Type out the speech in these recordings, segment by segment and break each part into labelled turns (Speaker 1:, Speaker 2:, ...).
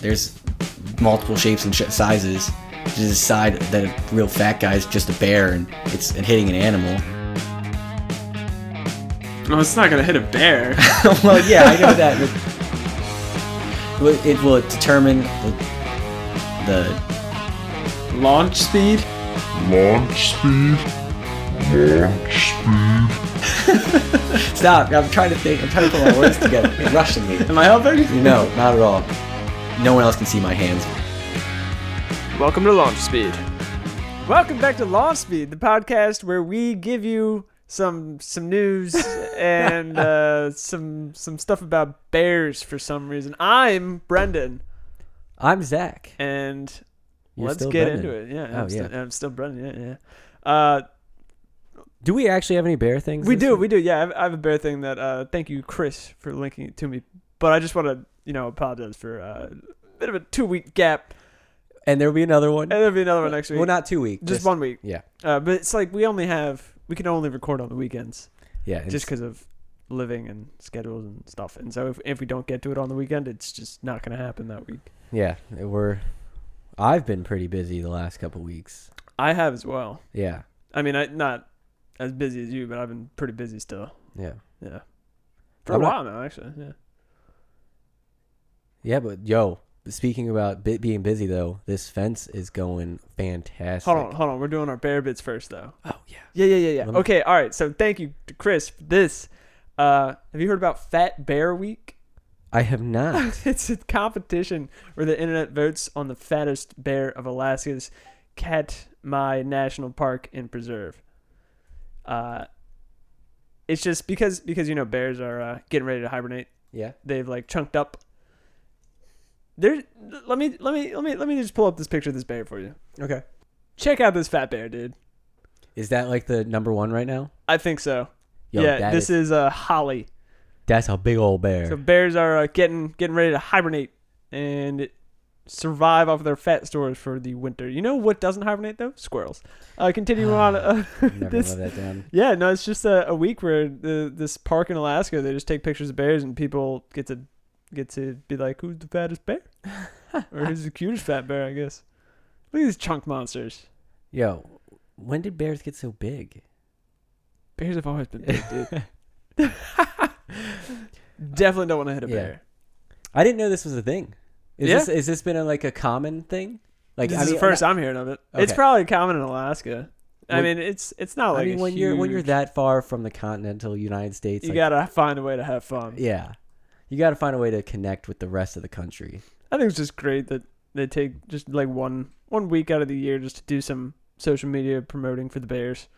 Speaker 1: There's multiple shapes and sh- sizes to decide that a real fat guy is just a bear and it's and hitting an animal.
Speaker 2: Well, it's not gonna hit a bear.
Speaker 1: well, yeah, I know that. Will- It will determine the, the
Speaker 2: Launch speed?
Speaker 3: Launch speed. Launch speed.
Speaker 1: stop. I'm trying to think. I'm trying to put my words together. You're rushing me.
Speaker 2: Am I helping?
Speaker 1: No, not at all. No one else can see my hands.
Speaker 4: Welcome to Launch Speed.
Speaker 2: Welcome back to Launch Speed, the podcast where we give you some some news and uh, some some stuff about bears for some reason. I'm Brendan,
Speaker 1: I'm Zach.
Speaker 2: and
Speaker 1: You're
Speaker 2: let's
Speaker 1: still
Speaker 2: get
Speaker 1: Brendan.
Speaker 2: into it. Yeah,
Speaker 5: Oh,
Speaker 2: I'm,
Speaker 5: yeah.
Speaker 2: Still, I'm still Brendan. Yeah, yeah. Uh,
Speaker 5: Do we actually have any bear things?
Speaker 2: we
Speaker 5: this
Speaker 2: do,
Speaker 5: week?
Speaker 2: we do. Yeah, I have, I have a bear thing that. Uh, thank you, Chris, for linking it to me. But I just want to, you know, apologize for uh, a bit of a two week gap,
Speaker 5: And there'll be another one.
Speaker 2: and there'll be another one next week.
Speaker 5: Well, not two weeks.
Speaker 2: just, one week.
Speaker 5: Yeah.
Speaker 2: Uh, but it's like we only have we can only record on the weekends.
Speaker 5: Yeah. it's-
Speaker 2: just because of living and schedules and stuff. And so if, if we don't get to it on the weekend, it's just not going to happen that week.
Speaker 5: Yeah. We're. I've been pretty busy the last couple weeks.
Speaker 2: I have as well.
Speaker 5: Yeah.
Speaker 2: I mean, I not as busy as you, but I've been pretty busy still.
Speaker 5: Yeah.
Speaker 2: Yeah, for a
Speaker 5: I'm not-
Speaker 2: while now, actually. Yeah.
Speaker 5: Yeah, but yo, speaking about bit being busy though, this fence is going fantastic.
Speaker 2: Hold on, hold on. We're doing our bear bits first, though.
Speaker 5: Oh yeah.
Speaker 2: Yeah, yeah, yeah, yeah.
Speaker 5: Let me-
Speaker 2: Okay, all right. So thank you, to Chris, for this. Uh, have you heard about Fat Bear Week?
Speaker 5: I have not.
Speaker 2: it's a competition where the internet votes on the fattest bear of Alaska's Katmai National Park and Preserve. Uh, it's just because because you know bears are uh, getting ready to hibernate.
Speaker 5: yeah.
Speaker 2: They've like chunked up. There, let me let me let me let me just pull up this picture of this bear for you.
Speaker 5: Okay.
Speaker 2: Check out this fat bear, dude.
Speaker 5: Is that like the number one right now?
Speaker 2: I think so.
Speaker 5: Yo,
Speaker 2: yeah,
Speaker 5: that
Speaker 2: this is, uh, Holly.
Speaker 5: that's a big old bear.
Speaker 2: So bears are uh, getting getting ready to hibernate and survive off of their fat stores for the winter. You know what doesn't hibernate though? Squirrels. Uh, continuing on. Uh,
Speaker 5: Never
Speaker 2: this,
Speaker 5: let that down.
Speaker 2: yeah, no, it's just a, a week where the, this park in Alaska they just take pictures of bears and people get to get to be like, who's the fattest bear? or who's the cutest fat bear? I guess. Look at these chunk monsters.
Speaker 5: Yo, when did bears get so big?
Speaker 2: Bears have always been big, dude. Definitely don't want to hit a
Speaker 5: Yeah.
Speaker 2: bear.
Speaker 5: I didn't know this was a thing. Is
Speaker 2: Yeah.
Speaker 5: this is this been a, like a common thing? Like
Speaker 2: this
Speaker 5: I
Speaker 2: is
Speaker 5: mean,
Speaker 2: the first I'm hearing of it. It's
Speaker 5: Okay.
Speaker 2: probably common in Alaska. I
Speaker 5: When-
Speaker 2: mean, it's it's not
Speaker 5: I
Speaker 2: like
Speaker 5: mean,
Speaker 2: a
Speaker 5: when you're when you're
Speaker 2: huge-
Speaker 5: that far from the continental United States,
Speaker 2: you
Speaker 5: like,
Speaker 2: gotta find a way to have fun.
Speaker 5: yeah, you got to find a way to connect with the rest of the country.
Speaker 2: I think it's just great that they take just like one one week out of the year just to do some social media promoting for the Bears.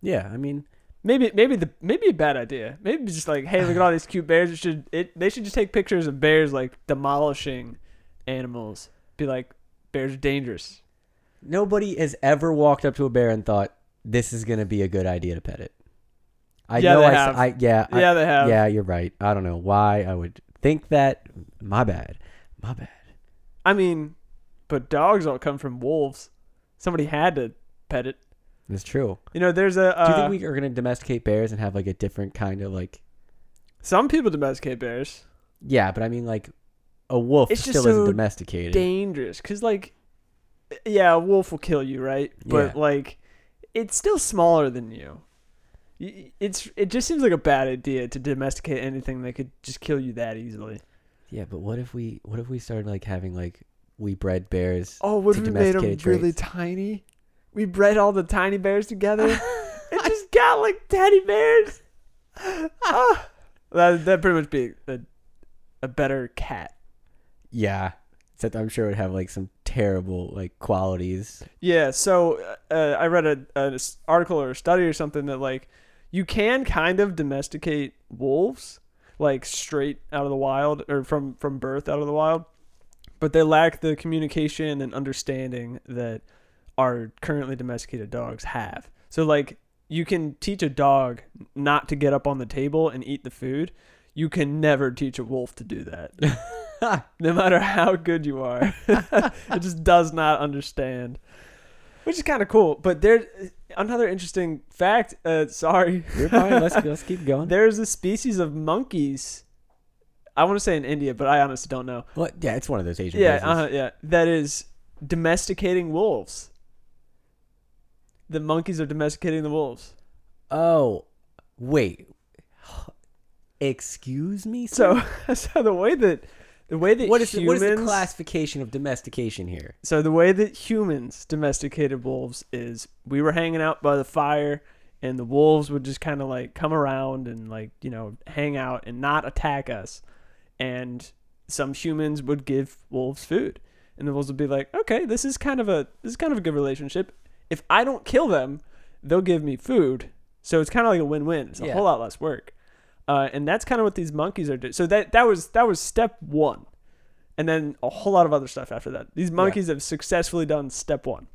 Speaker 5: Yeah, I mean,
Speaker 2: Maybe maybe the maybe a bad idea. Maybe just like, hey, look at all these cute bears. It should it they should just take pictures of bears like demolishing animals. Be like, bears are dangerous.
Speaker 5: nobody has ever walked up to a bear and thought this is going to be a good idea to pet it. I
Speaker 2: Yeah,
Speaker 5: know
Speaker 2: they
Speaker 5: I, s-
Speaker 2: have.
Speaker 5: I- yeah, I-
Speaker 2: yeah, they have.
Speaker 5: yeah, you're right. I don't know why I would think that. My bad. My bad.
Speaker 2: I mean, but dogs don't come from wolves. Somebody had to pet it.
Speaker 5: It's true.
Speaker 2: You know, there's a. Uh,
Speaker 5: Do you think we are going to domesticate bears and have like a different kind of like
Speaker 2: some people domesticate bears?
Speaker 5: Yeah, but I mean, like, a wolf
Speaker 2: It's just
Speaker 5: still isn't
Speaker 2: so
Speaker 5: domesticated.
Speaker 2: Dangerous, because like, yeah, a wolf will kill you, right? But
Speaker 5: Yeah.
Speaker 2: like, it's still smaller than you. Y- It's it just seems like a bad idea to domesticate anything that could just kill you that easily.
Speaker 5: yeah, but what if we what if we started like having like we bred bears?
Speaker 2: Oh, would
Speaker 5: To
Speaker 2: we made them
Speaker 5: domesticated
Speaker 2: really
Speaker 5: traits.
Speaker 2: tiny? We bred all the tiny bears together. it just got like teddy bears. Ah. that that pretty much be a, a better cat.
Speaker 5: Yeah, except I'm sure it would have like some terrible like qualities.
Speaker 2: Yeah. So uh, I read a an article or a study or something that like you can kind of domesticate wolves like straight out of the wild or from from birth out of the wild, but they lack the communication and understanding that our currently domesticated dogs have. So like you can teach a dog not to get up on the table and eat the food. You can never teach a wolf to do that. no matter how good you are. it just does not understand. Which is kind of cool, but there another interesting fact, uh sorry.
Speaker 5: You're fine. let's let's keep going.
Speaker 2: There's a species of monkeys I want to say in India, but I honestly don't know.
Speaker 5: Well, yeah, it's one of those Asian
Speaker 2: Yeah,
Speaker 5: places.
Speaker 2: uh, yeah. That is domesticating wolves. The monkeys are domesticating the wolves.
Speaker 5: Oh, wait. Excuse me. sir?
Speaker 2: So, so the way that the way that
Speaker 5: what is the,
Speaker 2: humans
Speaker 5: what is the classification of domestication here?
Speaker 2: so the way that humans domesticated wolves is we were hanging out by the fire and the wolves would just kind of like come around and like you know hang out and not attack us and some humans would give wolves food and the wolves would be like okay this is kind of a this is kind of a good relationship if i don't kill them they'll give me food so it's kind of like a win-win it's a
Speaker 5: Yeah.
Speaker 2: whole lot less work uh, and that's kind of what these monkeys are doing so that that was that was step one and then a whole lot of other stuff after that these monkeys have successfully done step one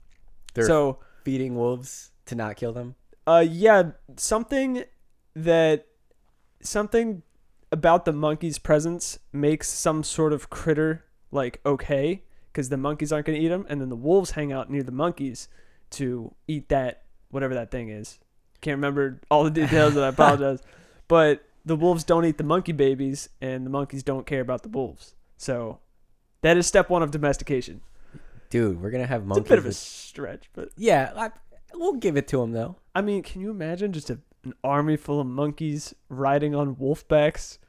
Speaker 5: They're
Speaker 2: so
Speaker 5: feeding wolves to not kill them.
Speaker 2: uh, yeah, something that something about the monkey's presence makes some sort of critter like okay, because the monkeys aren't going to eat them, and then the wolves hang out near the monkeys to eat that whatever that thing is. Can't remember all the details, and I apologize. But the wolves don't eat the monkey babies, and the monkeys don't care about the wolves. So that is step one of domestication.
Speaker 5: Dude, we're gonna have
Speaker 2: It's a
Speaker 5: monkeys.
Speaker 2: bit of a
Speaker 5: with-
Speaker 2: stretch, but
Speaker 5: yeah, I, we'll give it to them though.
Speaker 2: I mean, can you imagine just a, an army full of monkeys riding on wolf backs?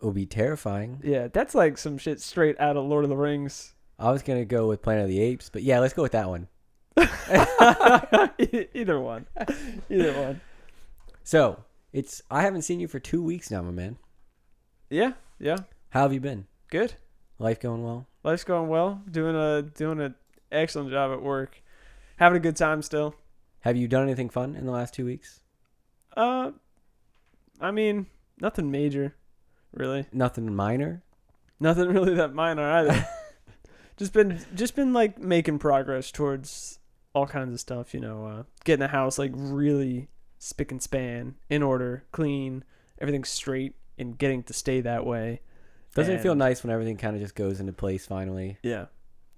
Speaker 5: It'll be terrifying.
Speaker 2: Yeah, that's like some shit straight out of Lord of the Rings.
Speaker 5: I was gonna go with Planet of the Apes, but yeah, let's go with that one.
Speaker 2: E- Either one. Either one.
Speaker 5: So it's I haven't seen you for two weeks now, my man.
Speaker 2: Yeah, yeah.
Speaker 5: How have you been?
Speaker 2: Good.
Speaker 5: Life going well?
Speaker 2: Life's going well. Doing a doing an excellent job at work. Having a good time still.
Speaker 5: Have you done anything fun in the last two weeks?
Speaker 2: Uh I mean, nothing major, really.
Speaker 5: Nothing minor.
Speaker 2: Nothing really that minor either. just been just been like making progress towards all kinds of stuff, you know, uh, getting the house like really spick and span, in order, clean, everything's straight and getting to stay that way.
Speaker 5: Doesn't it feel
Speaker 2: And-
Speaker 5: nice when everything kind of just goes into place finally?
Speaker 2: Yeah.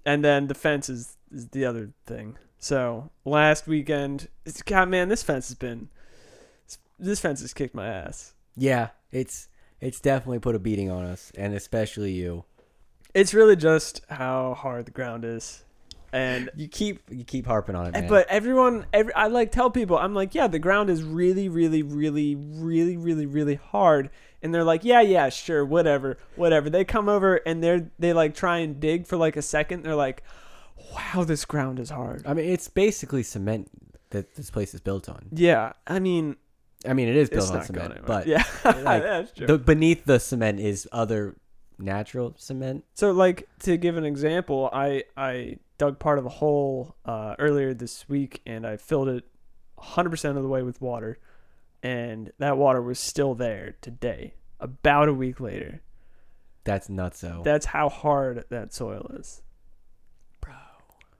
Speaker 2: And then the fence is, is the other thing. So, last weekend, it's, god man, this fence has been this fence has kicked my ass.
Speaker 5: Yeah, it's it's definitely put a beating on us, and especially you.
Speaker 2: It's really just how hard the ground is. And
Speaker 5: You keep you keep harping on it, man.
Speaker 2: Eh, But everyone, every, I like tell people, I'm like, yeah, the ground is really, really, really, really, really, really hard. And they're like, yeah, yeah, sure, whatever, whatever. They come over and they're they like try and dig for like a second. They're like, wow, this ground is hard.
Speaker 5: I mean, it's basically cement that this place is built on.
Speaker 2: Yeah, I mean,
Speaker 5: I mean, it is built
Speaker 2: it's
Speaker 5: on
Speaker 2: not going
Speaker 5: cement,
Speaker 2: anywhere.
Speaker 5: but
Speaker 2: yeah,
Speaker 5: like,
Speaker 2: that's true.
Speaker 5: the, beneath the cement is other natural cement.
Speaker 2: So, like to give an example, I I dug part of a hole uh, earlier this week, and I filled it 100% of the way with water, and that water was still there today, about a week later.
Speaker 5: That's nuts, though.
Speaker 2: That's how hard that soil is, bro.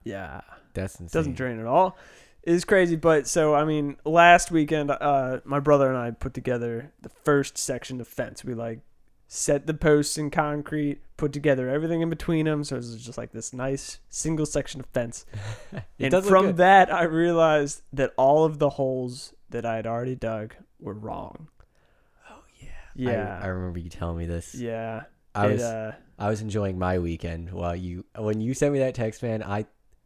Speaker 2: Yeah,
Speaker 5: That's insane.
Speaker 2: doesn't drain at all. It is crazy, but so I mean, last weekend, uh, my brother and I put together the first section of fence. We like set the posts in concrete, put together everything in between them, so it was just like this nice single section of fence.
Speaker 5: It
Speaker 2: and
Speaker 5: does look
Speaker 2: from
Speaker 5: good.
Speaker 2: that, I realized that all of the holes that I had already dug were wrong. Oh yeah,
Speaker 5: I-
Speaker 2: yeah,
Speaker 5: I, remember you telling me this.
Speaker 2: yeah.
Speaker 5: I
Speaker 2: It,
Speaker 5: was
Speaker 2: uh,
Speaker 5: I was enjoying my weekend while you when you sent me that text, man. I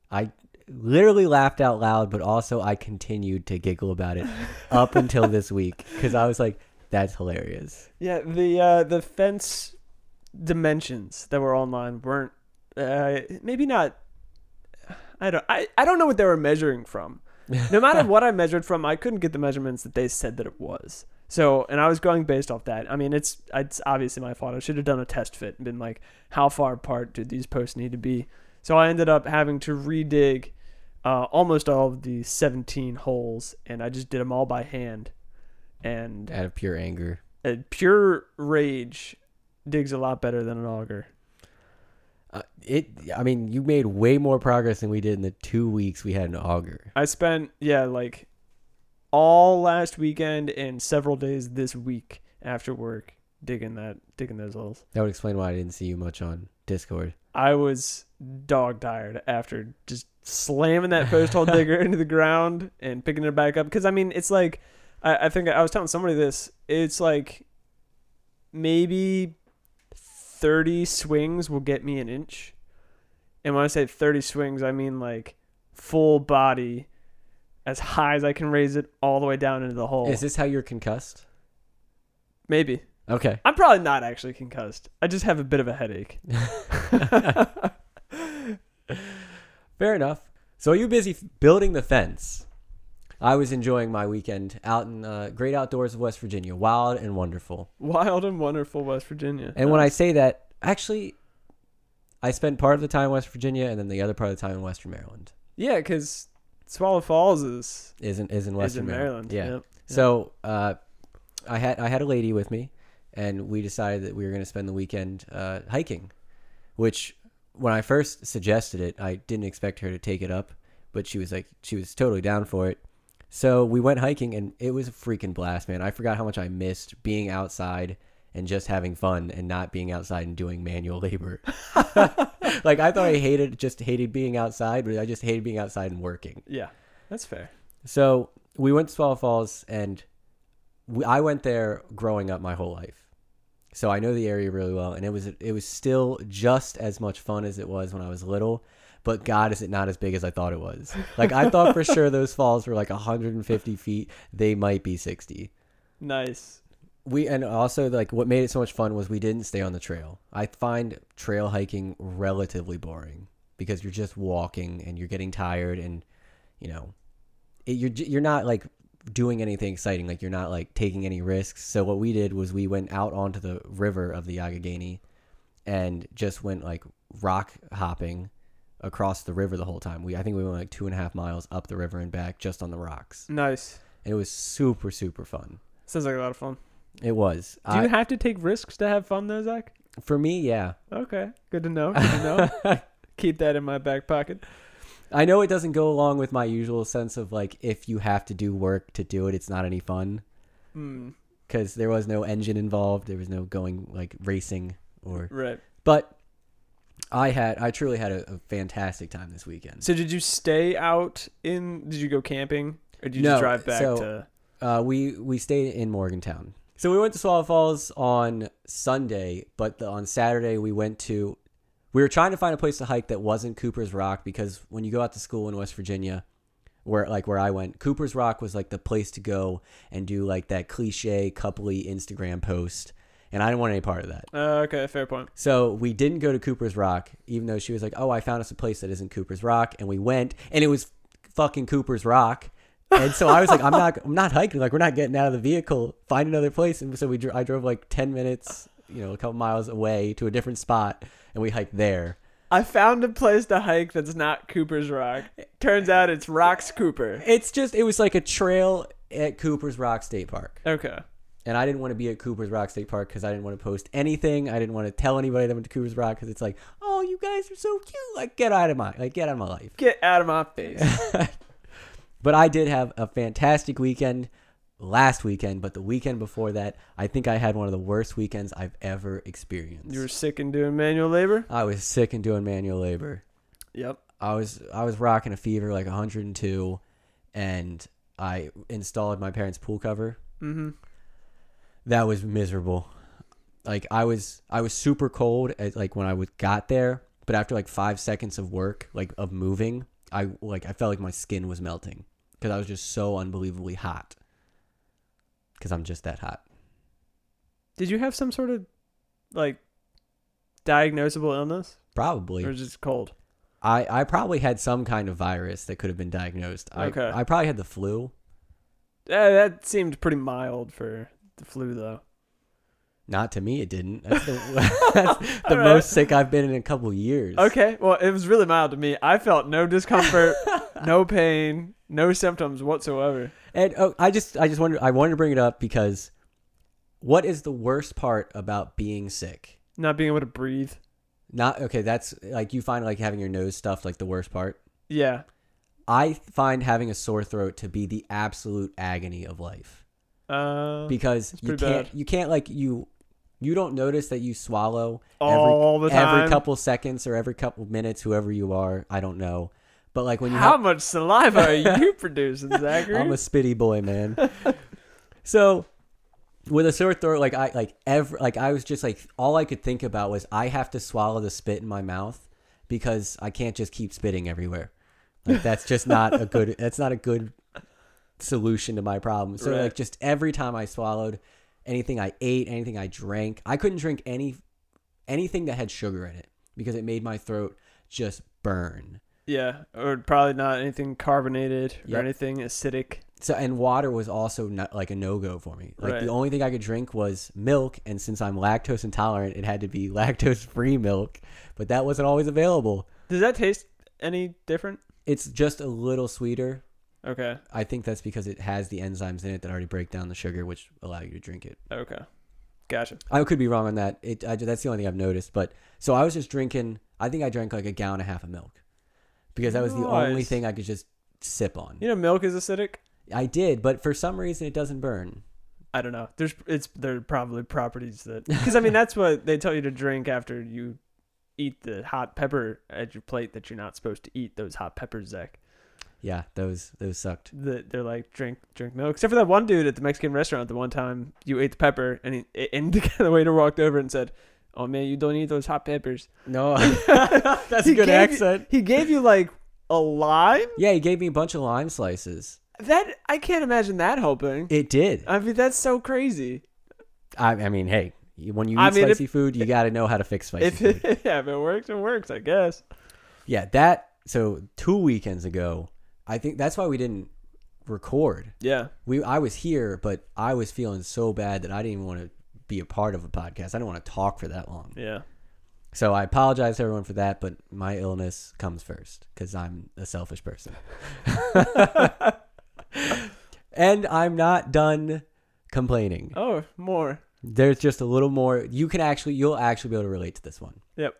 Speaker 5: I literally laughed out loud, but also I continued to giggle about it up until this week because I was like, "That's hilarious."
Speaker 2: Yeah, the uh, the fence dimensions that were online weren't uh, maybe not. I don't I, I don't know what they were measuring from. No matter what I measured from, I couldn't get the measurements that they said that it was. So, and I was going based off that. I mean, it's it's obviously my fault. I should have done a test fit and been like, how far apart do these posts need to be? So I ended up having to redig uh, almost all of the 17 holes, and I just did them all by hand. And
Speaker 5: Out of pure anger,
Speaker 2: a uh, pure rage digs a lot better than an auger.
Speaker 5: uh, it. I mean, you made way more progress than we did in the two weeks we had an auger.
Speaker 2: I spent yeah like all last weekend and several days this week after work digging that digging those holes.
Speaker 5: That would explain why I didn't see you much on Discord.
Speaker 2: I was dog tired after just slamming that post hole digger into the ground and picking it back up. Because I mean, it's like I, I think I was telling somebody this. It's like maybe 30 swings will get me an inch. And when I say 30 swings, I mean like full body, as high as I can raise it, all the way down into the hole.
Speaker 5: Is this how you're concussed?
Speaker 2: Maybe.
Speaker 5: Okay.
Speaker 2: I'm probably not actually concussed. I just have a bit of a headache.
Speaker 5: Fair enough. So you busy f- building the fence? I was enjoying my weekend out in uh, great outdoors of West Virginia, wild and wonderful.
Speaker 2: Wild and wonderful West Virginia.
Speaker 5: And when I say that, actually, I spent part of the time in West Virginia and then the other part of the time in Western Maryland.
Speaker 2: Yeah, because Swallow Falls is,
Speaker 5: Isn't is in
Speaker 2: is
Speaker 5: Western
Speaker 2: in Maryland.
Speaker 5: Yeah.
Speaker 2: Yep.
Speaker 5: So uh, I had I had a lady with me, and we decided that we were going to spend the weekend uh, hiking, which when I first suggested it, I didn't expect her to take it up, but she was like she was totally down for it. So we went hiking, and it was a freaking blast, man. I forgot how much I missed being outside and just having fun and not being outside and doing manual labor. like I thought I hated just hated being outside, but I just hated being outside and working.
Speaker 2: Yeah, that's fair.
Speaker 5: So we went to Swallow Falls, and we, I went there growing up my whole life, so I know the area really well. And it was it was still just as much fun as it was when I was little, but God, is it not as big as I thought it was? Like I thought for sure those falls were like 150 feet. They might be 60.
Speaker 2: Nice.
Speaker 5: We and also like what made it so much fun was we didn't stay on the trail. I find trail hiking relatively boring because you're just walking and you're getting tired and you know it, you're j- you're not like doing anything exciting like you're not like taking any risks so what we did was we went out onto the river of the Yagagani and just went like rock hopping across the river the whole time we i think we went like two and a half miles up the river and back just on the rocks
Speaker 2: Nice.
Speaker 5: it was super super fun
Speaker 2: Sounds like a lot of fun.
Speaker 5: it was
Speaker 2: Do you have to take risks to have fun, though, Zach?
Speaker 5: for me yeah
Speaker 2: Okay, good to know. Good to know. Keep that in my back pocket.
Speaker 5: I know it doesn't go along with my usual sense of like if you have to do work to do it, it's not any fun
Speaker 2: Mm,
Speaker 5: because there was no engine involved, there was no going like racing or.
Speaker 2: right.
Speaker 5: But I had, I truly had a, a fantastic time this weekend.
Speaker 2: So, did you stay out in? Did you go camping, or did you
Speaker 5: No,
Speaker 2: just drive back
Speaker 5: so-
Speaker 2: to?
Speaker 5: Uh, we we stayed in Morgantown, so we went to Swallow Falls on Sunday, but the, on Saturday we went to. We were trying to find a place to hike that wasn't Cooper's Rock because when you go out to school in West Virginia, where like where I went, Cooper's Rock was like the place to go and do like that cliche coupley Instagram post, and I didn't want any part of that.
Speaker 2: Uh, okay, fair point.
Speaker 5: So we didn't go to Cooper's Rock, even though she was like, "Oh, I found us a place that isn't Cooper's Rock," and we went, and it was fucking Cooper's Rock. And so I was like, "I'm not, I'm not hiking. Like, we're not getting out of the vehicle. Find another place." And so we, dro- I drove like ten minutes, you know, a couple miles away to a different spot, and we hiked there.
Speaker 2: I found a place to hike that's not Cooper's Rock. Turns out it's Rocks Cooper.
Speaker 5: It's just, it was like a trail at Cooper's Rock State Park,
Speaker 2: Okay.
Speaker 5: and I didn't want to be at Cooper's Rock State Park because I didn't want to post anything. I didn't want to tell anybody that I went to Cooper's Rock because it's like, "Oh, you guys are so cute. Like, get out of my, like, get out of my life."
Speaker 2: Get out of my face.
Speaker 5: But I did have a fantastic weekend last weekend, but the weekend before that, I think I had one of the worst weekends I've ever experienced.
Speaker 2: You were sick and doing manual labor.
Speaker 5: I was sick and doing manual labor.
Speaker 2: Yep.
Speaker 5: I was I was rocking a fever like 102 and I installed my parents' pool cover.
Speaker 2: Mm-hmm.
Speaker 5: That was miserable. Like I was I was super cold at, like when I was got there, but after like 5 seconds of work, like of moving, I like I felt like my skin was melting cuz I was just so unbelievably hot. Cuz I'm just that hot.
Speaker 2: Did you have some sort of like diagnosable illness,
Speaker 5: Probably.
Speaker 2: or just cold?
Speaker 5: I, I probably had some kind of virus that could have been diagnosed. I,
Speaker 2: Okay.
Speaker 5: I probably had the flu.
Speaker 2: Yeah, Eh, that seemed pretty mild for the flu, though.
Speaker 5: Not to me, it didn't. That's the, that's the
Speaker 2: All right.
Speaker 5: most sick I've been in a couple years.
Speaker 2: Okay, well, it was really mild to me. I felt no discomfort, no pain, no symptoms whatsoever.
Speaker 5: And oh, I just I just wanted I wanted to bring it up because what is the worst part about being sick?
Speaker 2: Not being able to breathe.
Speaker 5: Not okay. That's like you find like having your nose stuffed like the worst part.
Speaker 2: Yeah,
Speaker 5: I find having a sore throat to be the absolute agony of life.
Speaker 2: uh,
Speaker 5: because you
Speaker 2: pretty
Speaker 5: can't
Speaker 2: bad.
Speaker 5: you can't like you you don't notice that you swallow
Speaker 2: All
Speaker 5: every,
Speaker 2: the
Speaker 5: every
Speaker 2: time?
Speaker 5: couple seconds or every couple minutes whoever you are I don't know but like when you
Speaker 2: how
Speaker 5: have,
Speaker 2: much saliva are you producing, Zachary?
Speaker 5: I'm a spitty boy man so with a sore throat like i like ever like i was just like all i could think about was i have to swallow the spit in my mouth because i can't just keep spitting everywhere like that's just not a good that's not a good solution to my problem so
Speaker 2: Right.
Speaker 5: like just every time i swallowed anything i ate anything i drank i couldn't drink any anything that had sugar in it because it made my throat just burn
Speaker 2: Yeah, or probably not anything carbonated or
Speaker 5: Yep.
Speaker 2: anything acidic.
Speaker 5: so and water was also not, like a no-go for me like
Speaker 2: Right.
Speaker 5: the only thing i could drink was milk and since i'm lactose intolerant it had to be lactose free milk but that wasn't always available
Speaker 2: Does that taste any different?
Speaker 5: it's just a little sweeter
Speaker 2: Okay,
Speaker 5: i think that's because it has the enzymes in it that already break down the sugar which allow you to drink it
Speaker 2: okay, gotcha.
Speaker 5: i could be wrong on that it I, that's the only thing i've noticed but so i was just drinking i think i drank like a gallon and a half of milk because that was the only
Speaker 2: Nice.
Speaker 5: thing i could just sip on
Speaker 2: You know, milk is acidic.
Speaker 5: i did but for some reason it doesn't burn
Speaker 2: I don't know. There's it's there are probably properties that because I mean that's what they tell you to drink after you eat the hot pepper at your plate that you're not supposed to eat those hot peppers, Zach.
Speaker 5: yeah those those sucked
Speaker 2: That they're like drink drink milk. Except for that one dude at the Mexican restaurant. The one time you ate the pepper and he, and the, the waiter walked over and said, "Oh man, you don't eat those hot peppers."
Speaker 5: No, that's a
Speaker 2: He
Speaker 5: good
Speaker 2: gave-
Speaker 5: accent.
Speaker 2: He gave you like a lime.
Speaker 5: Yeah, he gave me a bunch of lime slices.
Speaker 2: That I can't imagine that helping.
Speaker 5: It did.
Speaker 2: I mean that's so crazy.
Speaker 5: I, I mean, hey, you- when you eat
Speaker 2: I mean, if-
Speaker 5: spicy food, you got to know how to fix spicy
Speaker 2: If
Speaker 5: food.
Speaker 2: yeah, if it works, it works. I guess.
Speaker 5: Yeah, that. So two weekends ago, I think that's why we didn't record.
Speaker 2: Yeah.
Speaker 5: We I was here, but I was feeling so bad that I didn't even want to be a part of a podcast. I didn't want to talk for that long.
Speaker 2: Yeah.
Speaker 5: So I apologize to everyone for that, but my illness comes first because I'm a selfish person. and I'm not done complaining.
Speaker 2: Oh, more.
Speaker 5: There's just a little more. You can actually, you'll actually be able to relate to this one.
Speaker 2: Yep.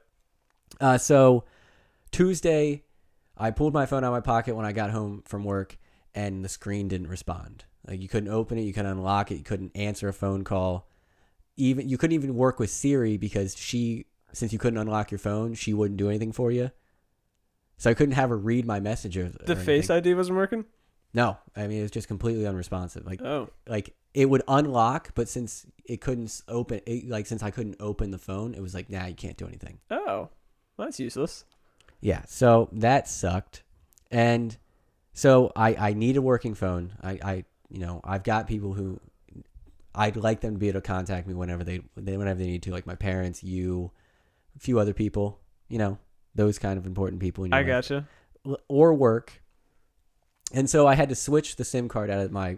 Speaker 5: Uh, so Tuesday, I pulled my phone out of my pocket when I got home from work, and the screen didn't respond. Like you couldn't open it, you couldn't unlock it, you couldn't answer a phone call. Even you couldn't even work with Siri because she, since you couldn't unlock your phone, she wouldn't do anything for you. So I couldn't have her read my messages.
Speaker 2: The face ID wasn't working.
Speaker 5: No, I mean it was just completely unresponsive. Like
Speaker 2: Oh,
Speaker 5: like it would unlock, but since it couldn't s- open, it, like since I couldn't open the phone, it was like, nah, you can't do anything.
Speaker 2: oh, that's useless.
Speaker 5: Yeah, so that sucked. And so I, I need a working phone. I, I you know, I've got people who I'd like them to be able to contact me whenever they, they whenever they need to, like my parents, you, a few other people, you know, those kind of important people in your
Speaker 2: I
Speaker 5: life.
Speaker 2: gotcha.
Speaker 5: L- or work. And so I had to switch the SIM card out of my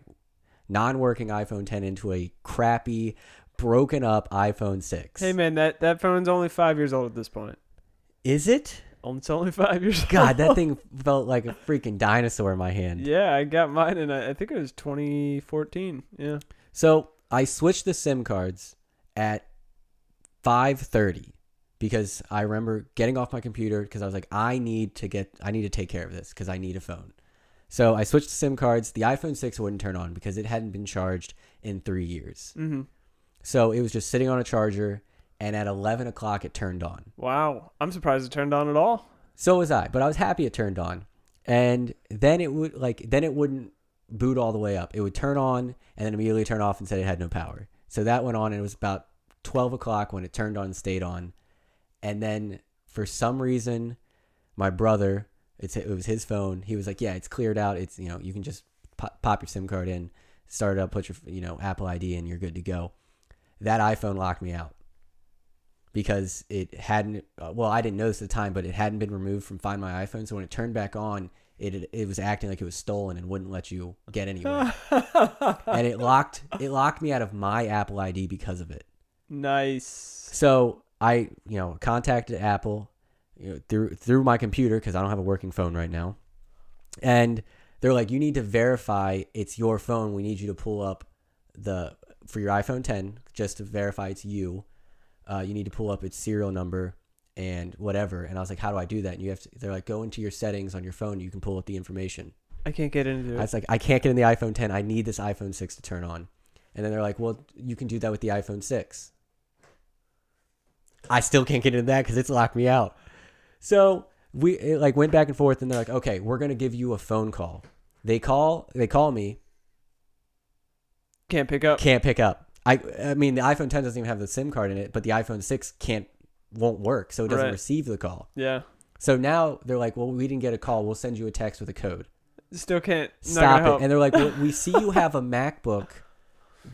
Speaker 5: non-working iPhone 10 into a crappy, broken up iPhone 6.
Speaker 2: Hey man, that that phone's only five years old at this point.
Speaker 5: Is it?
Speaker 2: Um, It's only five years.
Speaker 5: God, that
Speaker 2: old.
Speaker 5: thing felt like a freaking dinosaur in my hand.
Speaker 2: Yeah, I got mine, and I, I think it was 2014. Yeah.
Speaker 5: So I switched the SIM cards at 5:30 because I remember getting off my computer because I was like, I need to get, I need to take care of this because I need a phone. So I switched the SIM cards. The iPhone 6 wouldn't turn on because it hadn't been charged in three years.
Speaker 2: Mm-hmm.
Speaker 5: So it was just sitting on a charger, and at 11 o'clock it turned on.
Speaker 2: Wow, I'm surprised it turned on at all.
Speaker 5: So was I, but I was happy it turned on. And then it would like then it wouldn't boot all the way up. It would turn on and then immediately turn off and said it had no power. So that went on and it was about twelve o'clock when it turned on and stayed on. And then for some reason, my brother, it's it was his phone. He was like, "Yeah, it's cleared out. It's you know you can just pop, pop your SIM card in, start it up, put your you know Apple ID in, you're good to go." That iPhone locked me out because it hadn't uh, well i didn't know this at the time but it hadn't been removed from find my iphone so when it turned back on it it was acting like it was stolen and wouldn't let you get anywhere and it locked it locked me out of my apple id because of it
Speaker 2: Nice.
Speaker 5: so i you know contacted apple you know, through through my computer because i don't have a working phone right now and they're like you need to verify it's your phone we need you to pull up the for your iphone 10 just to verify it's you uh, you need to pull up its serial number and whatever and i was like how do i do that and you have to they're like go into your settings on your phone you can pull up the information
Speaker 2: I can't get into it.
Speaker 5: i was like i can't get in the iphone 10 i need this iphone 6 to turn on and then they're like well you can do that with the iphone 6 i still can't get into that because it's locked me out so we it like went back and forth and they're like okay we're gonna give you a phone call they call they call me
Speaker 2: can't pick up.
Speaker 5: can't pick up. I I mean the iPhone 10 doesn't even have the SIM card in it, but the iPhone 6 can't won't work, so it doesn't
Speaker 2: Right.
Speaker 5: receive the call.
Speaker 2: Yeah.
Speaker 5: So now they're like, well, we didn't get a call. We'll send you a text with a code.
Speaker 2: Still can't. not
Speaker 5: Stop
Speaker 2: gonna
Speaker 5: it.
Speaker 2: help.
Speaker 5: And they're like, well, we see you have a MacBook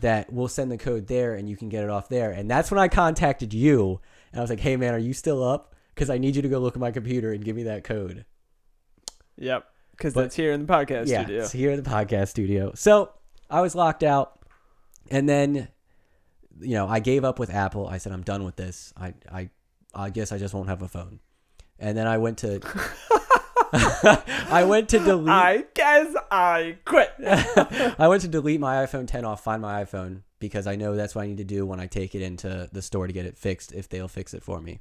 Speaker 5: that we'll send the code there and you can get it off there. And that's when I contacted you and I was like, hey, man, are you still up? Because I need you to go look at my computer and give me that code.
Speaker 2: Yep. Because
Speaker 5: But-
Speaker 2: that's here in the podcast
Speaker 5: yeah,
Speaker 2: studio.
Speaker 5: it's here in the podcast studio. So I was locked out, and then, you know, I gave up with Apple. I said, I'm done with this. I, I, I guess I just won't have a phone. And then I went to, I went to delete.
Speaker 2: I guess I quit.
Speaker 5: I went to delete my iPhone 10 off Find My iPhone because I know that's what I need to do when I take it into the store to get it fixed if they'll fix it for me.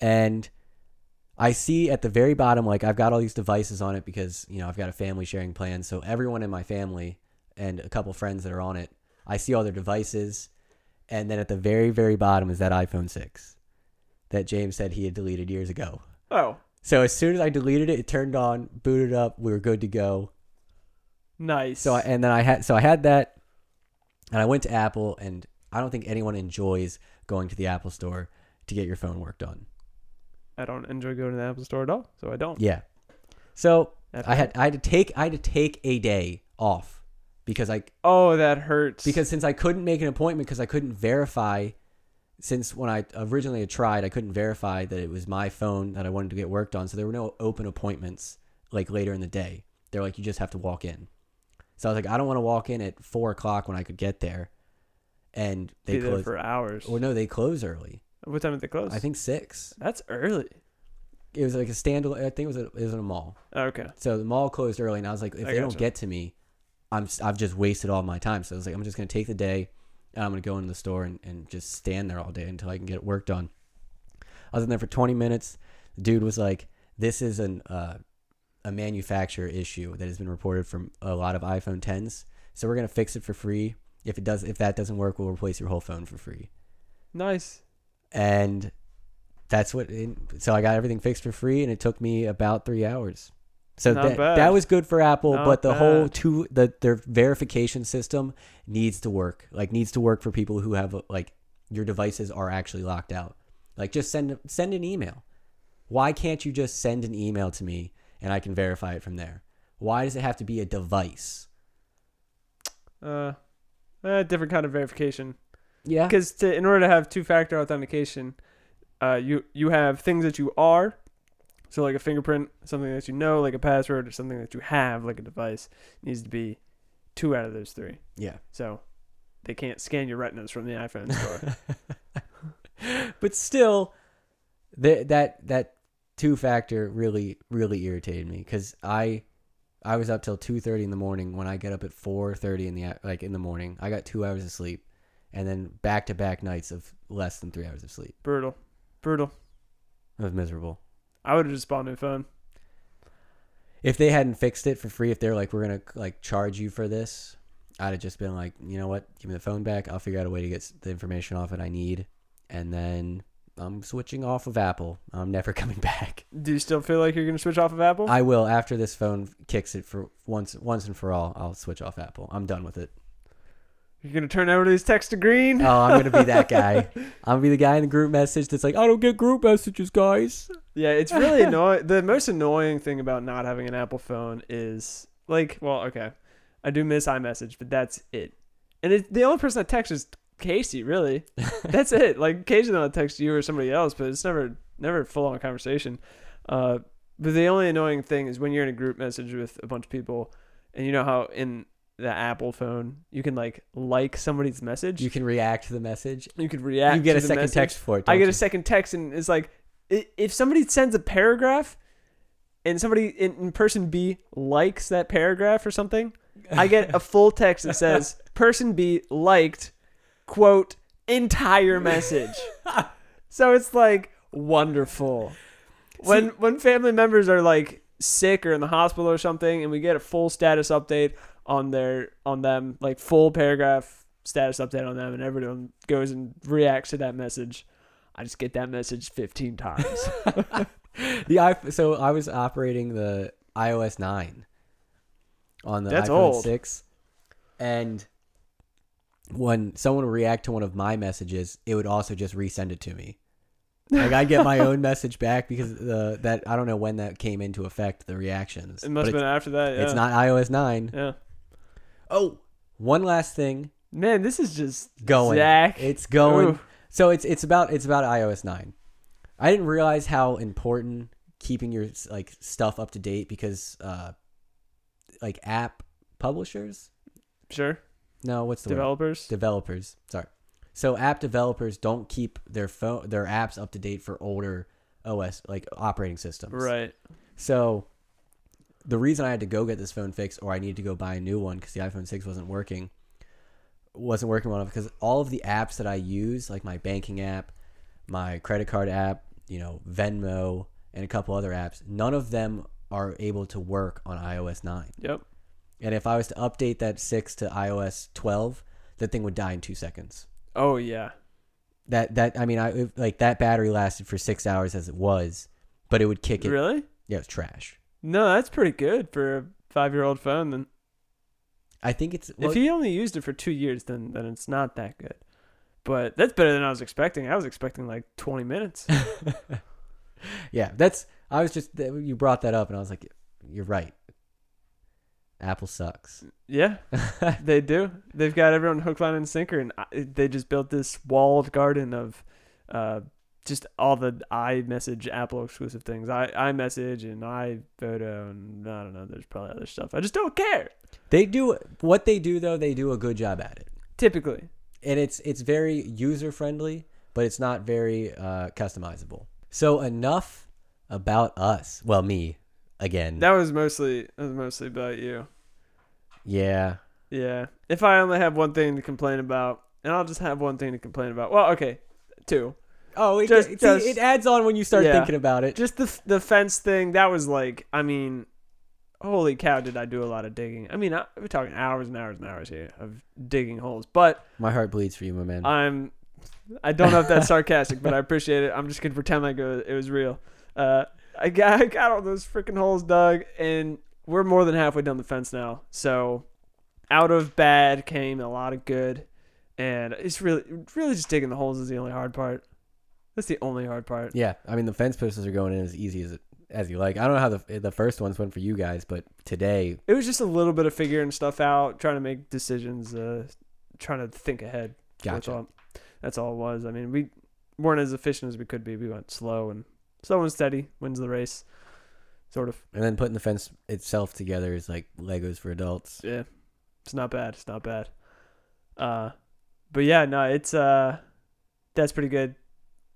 Speaker 5: And I see at the very bottom, like I've got all these devices on it because you know I've got a family sharing plan, so everyone in my family and a couple friends that are on it, I see all their devices, and then at the very very bottom is that iPhone 6 that James said he had deleted years ago.
Speaker 2: Oh,
Speaker 5: So as soon as I deleted it, it turned on, booted up, we were good to go.
Speaker 2: nice.
Speaker 5: So I, and then I had so I had that, and I went to Apple, and I don't think anyone enjoys going to the Apple Store to get your phone worked on.
Speaker 2: I don't enjoy going to the Apple Store at all, so I don't.
Speaker 5: Yeah, so
Speaker 2: That's
Speaker 5: I had I had to take I had to take a day off because I
Speaker 2: Oh, that hurts.
Speaker 5: because since I couldn't make an appointment because I couldn't verify since when I originally had tried I couldn't verify that it was my phone that I wanted to get worked on so there were no open appointments like later in the day they're like you just have to walk in so I was like I don't want to walk in at four o'clock when I could get there and they
Speaker 2: be there
Speaker 5: close
Speaker 2: for hours.
Speaker 5: or no they close early
Speaker 2: What time did they close?
Speaker 5: I think six
Speaker 2: that's early.
Speaker 5: it was like a standalone I think it was a, it was in a mall
Speaker 2: Okay.
Speaker 5: so the mall closed early, and I was like, if
Speaker 2: I
Speaker 5: they don't
Speaker 2: gotcha.
Speaker 5: get to me, I'm s- I've just wasted all my time. So I was like, I'm just gonna take the day, and I'm gonna go into the store and, and just stand there all day until I can get it worked on. I was in there for 20 minutes. The dude was like, this is an uh, a manufacturer issue that has been reported from a lot of iPhone 10s. So we're gonna fix it for free. If it does, if that doesn't work, we'll replace your whole phone for free.
Speaker 2: Nice.
Speaker 5: And that's what. and so I got everything fixed for free, and it took me about three hours. So
Speaker 2: Not
Speaker 5: that,
Speaker 2: bad.
Speaker 5: that was good for Apple,
Speaker 2: Not
Speaker 5: but the whole
Speaker 2: bad.
Speaker 5: two the their verification system needs to work. Like needs to work for people who have like your devices are actually locked out. Like just send send an email. Why can't you just send an email to me and I can verify it from there? Why does it have to be a device?
Speaker 2: Uh, uh different kind of verification.
Speaker 5: Yeah.
Speaker 2: Because to in order to have two-factor authentication, uh, you you have things that you are, so like a fingerprint, something that you know, like a password, or something that you have, like a device, needs to be two out of those three.
Speaker 5: Yeah.
Speaker 2: So they can't scan your retinas from the iPhone store.
Speaker 5: but still, th- that that two factor really really irritated me because I I was up till two thirty in the morning. When I get up at four thirty in the a- like in the morning, I got two hours of sleep, and then back to back nights of less than three hours of sleep.
Speaker 2: Brutal, brutal.
Speaker 5: It was miserable.
Speaker 2: I would have just bought a new phone.
Speaker 5: If they hadn't fixed it for free, if they're like we're gonna like charge you for this, I'd have just been like, you know what, give me the phone back. I'll figure out a way to get s- the information off that I need, and then. I'm switching off of Apple. I'm never coming back.
Speaker 2: Do you still feel like you're gonna switch off of Apple?
Speaker 5: I will after this phone kicks it for once once and for all. I'll switch off Apple. I'm done with it.
Speaker 2: you're gonna turn everybody's text to green.
Speaker 5: Oh, I'm gonna be that guy. I'm gonna be the guy in the group message that's like, I don't get group messages, guys.
Speaker 2: Yeah, it's really annoying. The most annoying thing about not having an Apple phone is like, well, okay, I do miss iMessage, but that's it. And it, the only person I text is Casey, really. That's it. Like occasionally I'll text you or somebody else, but it's never never full on conversation. Uh, but the only annoying thing is when you're in a group message with a bunch of people, and you know how in the Apple phone you can like like somebody's message,
Speaker 5: You can react to the message.
Speaker 2: you could react.
Speaker 5: you get
Speaker 2: to
Speaker 5: a
Speaker 2: the
Speaker 5: second
Speaker 2: message.
Speaker 5: text for it.
Speaker 2: I
Speaker 5: don't
Speaker 2: get
Speaker 5: you?
Speaker 2: a second text, and it's like, i- if somebody sends a paragraph, and somebody in, in person B likes that paragraph or something, I get a full text that says, "Person B liked," quote, entire message. so it's like wonderful. When when family members are like sick or in the hospital or something, and we get a full status update on their on them, like full paragraph status update on them, and everyone goes and reacts to that message. I just get that message 15 times.
Speaker 5: the I so I was operating the iOS nine on the
Speaker 2: That's
Speaker 5: iPhone
Speaker 2: old.
Speaker 5: six, and when someone would react to one of my messages, it would also just resend it to me. Like I get my own message back because the that I don't know when that came into effect. The reactions.
Speaker 2: It must
Speaker 5: but
Speaker 2: have been after that.
Speaker 5: It's,
Speaker 2: Yeah.
Speaker 5: it's not iOS nine.
Speaker 2: Yeah.
Speaker 5: Oh, one last thing
Speaker 2: Man, this is just
Speaker 5: going.
Speaker 2: Zach.
Speaker 5: It's going.
Speaker 2: Oof.
Speaker 5: So it's it's about it's about iOS nine. I didn't realize how important keeping your like stuff up to date because uh, like app publishers.
Speaker 2: sure.
Speaker 5: No, what's the word?
Speaker 2: Developers.
Speaker 5: developers sorry so app developers don't keep their phone their apps up to date for older os like operating systems
Speaker 2: Right.
Speaker 5: so the reason i had to go get this phone fixed or i needed to go buy a new one because the iphone 6 wasn't working wasn't working well enough because all of the apps that i use like my banking app my credit card app you know venmo and a couple other apps none of them are able to work on ios 9
Speaker 2: Yep.
Speaker 5: and if i was to update that 6 to ios 12 that thing would die in two seconds
Speaker 2: Oh yeah.
Speaker 5: that that I mean I if- like that battery lasted for six hours as it was, but it would kick it.
Speaker 2: Really?
Speaker 5: Yeah, it was trash.
Speaker 2: No, that's pretty good for a five-year-old phone. Then,
Speaker 5: I think it's well,
Speaker 2: if he only used it for two years, then then it's not that good. But that's better than I was expecting. I was expecting like 20 minutes.
Speaker 5: yeah. That's I was just that- you brought that up and I was like, you're right. Apple sucks.
Speaker 2: yeah, they do. They've got everyone hook, line, and sinker, and I, they just built this walled garden of uh, just all the iMessage Apple exclusive things. I iMessage and iPhoto and I don't know. There's probably other stuff. I just don't care.
Speaker 5: they do what they do though. They do a good job at it,
Speaker 2: Typically,
Speaker 5: and it's it's very user friendly, but it's not very uh, customizable. So enough about us. Well, me again.
Speaker 2: that was mostly that was mostly about you.
Speaker 5: yeah.
Speaker 2: Yeah. If I only have one thing to complain about, and I'll just have one thing to complain about. Well, okay, two.
Speaker 5: Oh, it,
Speaker 2: Just-
Speaker 5: see,
Speaker 2: just-
Speaker 5: it adds on when you start
Speaker 2: Yeah.
Speaker 5: thinking about it.
Speaker 2: Just the the fence thing. That was like, I mean, holy cow, did I do a lot of digging? I mean, I, we're talking hours and hours and hours here of digging holes. But
Speaker 5: My heart bleeds for you, my man.
Speaker 2: I'm, I don't know if that's sarcastic, but I appreciate it. I'm just gonna pretend like it was, it was real. Uh, I got I got all those freaking holes dug, and we're more than halfway down the fence now. So, out of bad came a lot of good, and it's really really just digging the holes is the only hard part. That's the only hard part.
Speaker 5: Yeah, I mean the fence posts are going in as easy as as you like. I don't know how the the first ones went for you guys, but today,
Speaker 2: It was just a little bit of figuring stuff out, trying to make decisions, uh, trying to think ahead. That's
Speaker 5: Gotcha.
Speaker 2: all, that's all it was. I mean, we weren't as efficient as we could be. We went slow and slow and steady wins the race, sort of.
Speaker 5: and then putting the fence itself together is like Legos for adults.
Speaker 2: Yeah, it's not bad. It's not bad. Uh, but yeah, no, it's uh, that's pretty good.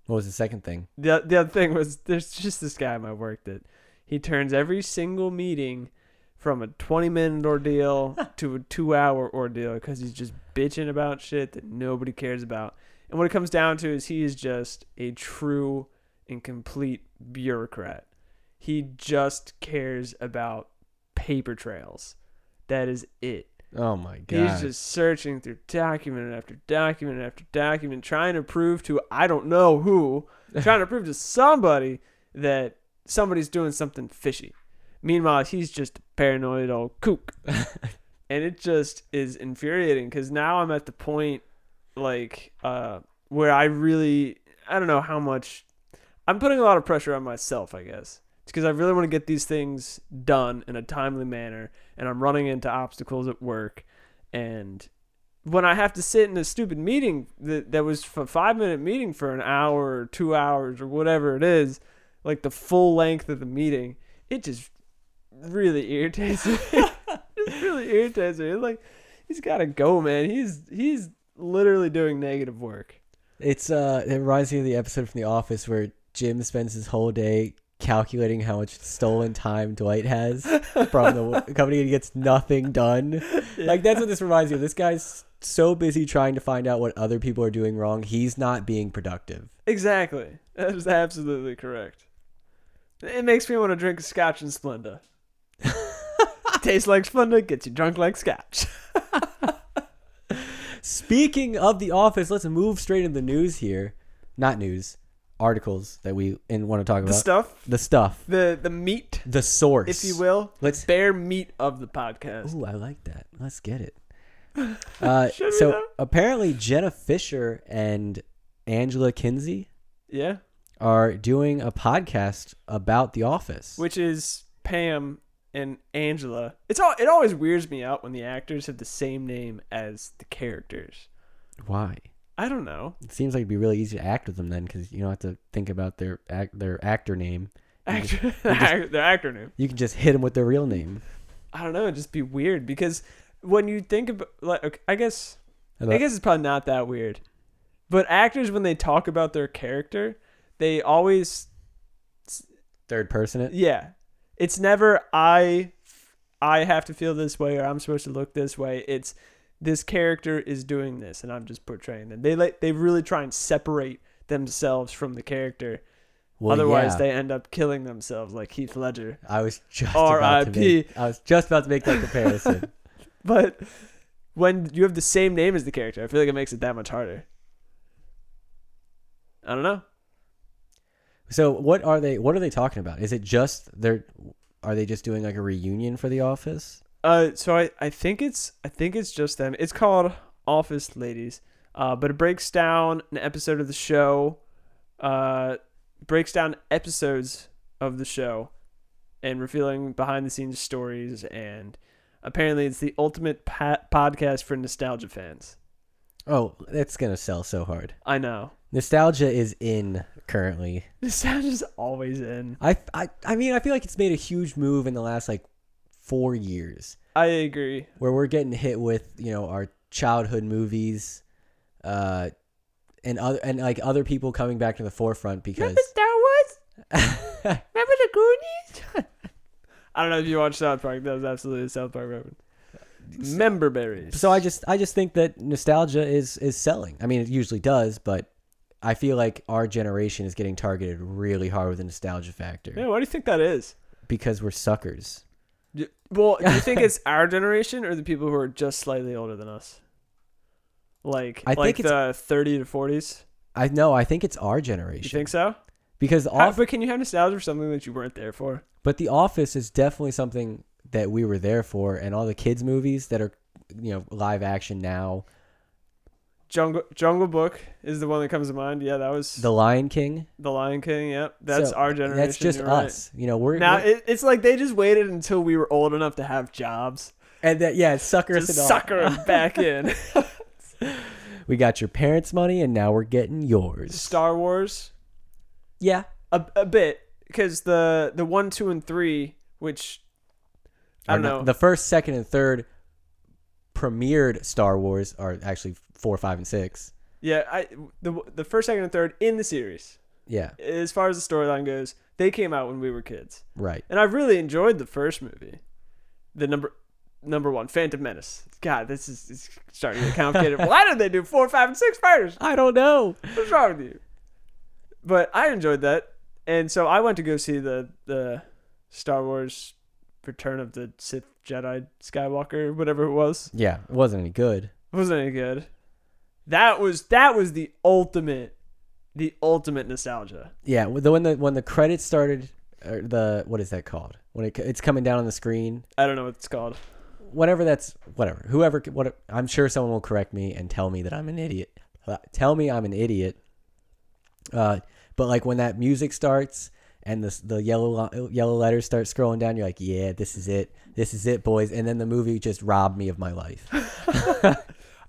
Speaker 5: What was the second thing?
Speaker 2: the the other thing was there's just this guy at my work that he turns every single meeting from a 20 minute ordeal to a two hour ordeal because he's just bitching about shit that nobody cares about. And what it comes down to is he is just a true and complete bureaucrat. He just cares about paper trails. That is it.
Speaker 5: Oh my god!
Speaker 2: He's just searching through document after document after document, trying to prove to I don't know who, trying to prove to somebody that somebody's doing something fishy. Meanwhile, he's just a paranoid old kook. and it just is infuriating because now I'm at the point like uh, where I really I don't know how much I'm putting a lot of pressure on myself, I guess. It's because I really want to get these things done in a timely manner, and I'm running into obstacles at work. And when I have to sit in a stupid meeting that, that was a five minute meeting for an hour or two hours or whatever it is, like the full length of the meeting, it just really irritates me. it really irritates me. It's like he's got to go, man. He's he's literally doing negative work.
Speaker 5: it's uh, it reminds me of the episode from The Office where Jim spends his whole day calculating how much stolen time Dwight has from the w- company and he gets nothing done. Like that's what this reminds me of. This guy's so busy trying to find out what other people are doing wrong, he's not being productive.
Speaker 2: Exactly. That is absolutely correct. It makes me want to drink scotch and Splenda. Tastes like Splenda, gets you drunk like scotch.
Speaker 5: Speaking of the office, let's move straight into the news here. Not news, articles that we and want to talk
Speaker 2: The
Speaker 5: about.
Speaker 2: stuff,
Speaker 5: the stuff,
Speaker 2: the the meat,
Speaker 5: the source,
Speaker 2: if you will,
Speaker 5: Let's.
Speaker 2: bare meat of the podcast.
Speaker 5: Ooh, I like that. Let's get it. Uh,
Speaker 2: Should we,
Speaker 5: so
Speaker 2: though?
Speaker 5: apparently Jenna Fisher and Angela Kinsey
Speaker 2: Yeah,
Speaker 5: are doing a podcast about The Office.
Speaker 2: which is Pam and Angela. It's all. It always weirds me out when the actors have the same name as the characters.
Speaker 5: Why?
Speaker 2: I don't know.
Speaker 5: It seems like it'd be really easy to act with them then, because you don't have to think about their act, their actor name.
Speaker 2: Actor, their actor name.
Speaker 5: You can just hit them with their real name.
Speaker 2: I don't know. It'd just be weird because when you think about, like, okay, I guess,
Speaker 5: Hello?
Speaker 2: I guess it's probably not that weird. But actors, when they talk about their character, they always,
Speaker 5: Third person it.
Speaker 2: yeah, it's never I, I have to feel this way or I'm supposed to look this way. It's this character is doing this and I'm just portraying them. They like they really try and separate themselves from the character.
Speaker 5: Well,
Speaker 2: Otherwise,
Speaker 5: yeah.
Speaker 2: they end up killing themselves, like Heath Ledger.
Speaker 5: I was just about to
Speaker 2: R.I.P..
Speaker 5: make, I was just about to make that comparison.
Speaker 2: But when you have the same name as the character, I feel like it makes it that much harder. I don't know.
Speaker 5: so what are they? What are they talking about? Is it just they're? Are they just doing like a reunion for The Office?
Speaker 2: Uh, so I, I think it's I think it's just them. It's called Office Ladies. Uh, but it breaks down an episode of the show. Uh, breaks down episodes of the show, and revealing behind the scenes stories. And apparently, it's the ultimate pa- podcast for nostalgia fans.
Speaker 5: Oh, that's gonna sell so hard.
Speaker 2: I know.
Speaker 5: Nostalgia is in currently.
Speaker 2: This sound is always in.
Speaker 5: I, I I mean I feel like it's made a huge move in the last like four years
Speaker 2: I agree.
Speaker 5: where we're getting hit with you know our childhood movies, uh, and other and like other people coming back to the forefront because
Speaker 2: Star Wars? Remember the Goonies? I don't know if you watched South Park. That was absolutely a South Park reference. Member berries.
Speaker 5: so I just I just think that nostalgia is is selling. I mean it usually does, but I feel like our generation is getting targeted really hard with the nostalgia factor
Speaker 2: yeah, why do you think that is?
Speaker 5: because we're suckers.
Speaker 2: Do- Well, do you think it's our generation or the people who are just slightly older than us? Like,
Speaker 5: I
Speaker 2: like
Speaker 5: think it's-
Speaker 2: the 30 to 40s?
Speaker 5: I know I think it's our
Speaker 2: You
Speaker 5: generation
Speaker 2: think so?
Speaker 5: because the
Speaker 2: How,
Speaker 5: off
Speaker 2: but can you have nostalgia for something that you weren't there for?
Speaker 5: But The Office is definitely something that we were there for, and all the kids' movies that are, you know, live action now.
Speaker 2: Jungle Jungle Book is the one that comes to mind. Yeah, that was
Speaker 5: The Lion King.
Speaker 2: The Lion King. Yep, that's
Speaker 5: So,
Speaker 2: our generation.
Speaker 5: That's just
Speaker 2: you're right.
Speaker 5: us. You know, we're,
Speaker 2: Now
Speaker 5: we're-
Speaker 2: it, it's like they just waited until we were old enough to have jobs.
Speaker 5: and that yeah, it's suckers
Speaker 2: Just
Speaker 5: and all.
Speaker 2: sucker 'em back in.
Speaker 5: We got your parents' money, and now we're getting yours.
Speaker 2: Star Wars
Speaker 5: Yeah,
Speaker 2: a, a bit because the the one, two, and three, which I
Speaker 5: Or
Speaker 2: don't
Speaker 5: not-
Speaker 2: know.
Speaker 5: The first, second, and third premiered Star Wars are actually four, five, and six.
Speaker 2: yeah, I the the first, second, and third in the series.
Speaker 5: Yeah,
Speaker 2: As far as the storyline goes, they came out when we were kids,
Speaker 5: right.
Speaker 2: and I really enjoyed the first movie, the number. Number one, Phantom Menace. God, this is it's starting to get complicated. Why did they do four, five, and six fighters?
Speaker 5: I don't know.
Speaker 2: What's wrong with you? But I enjoyed that, and so I went to go see the the Star Wars Return of the Sith Jedi Skywalker, whatever it was.
Speaker 5: Yeah, it wasn't any good.
Speaker 2: It wasn't any good. That was that was the ultimate, the ultimate nostalgia.
Speaker 5: Yeah, the when the when the credits started, or the what is that called? When it, it's coming down on the screen,
Speaker 2: I don't know what it's called.
Speaker 5: whatever that's whatever. Whoever what I'm sure someone will correct me and tell me that I'm an idiot. Uh, Tell me I'm an idiot. Uh, but like when that music starts and the the yellow li- yellow letters start scrolling down, you're like, yeah, this is it, this is it, boys. And then the movie just robbed me of my life.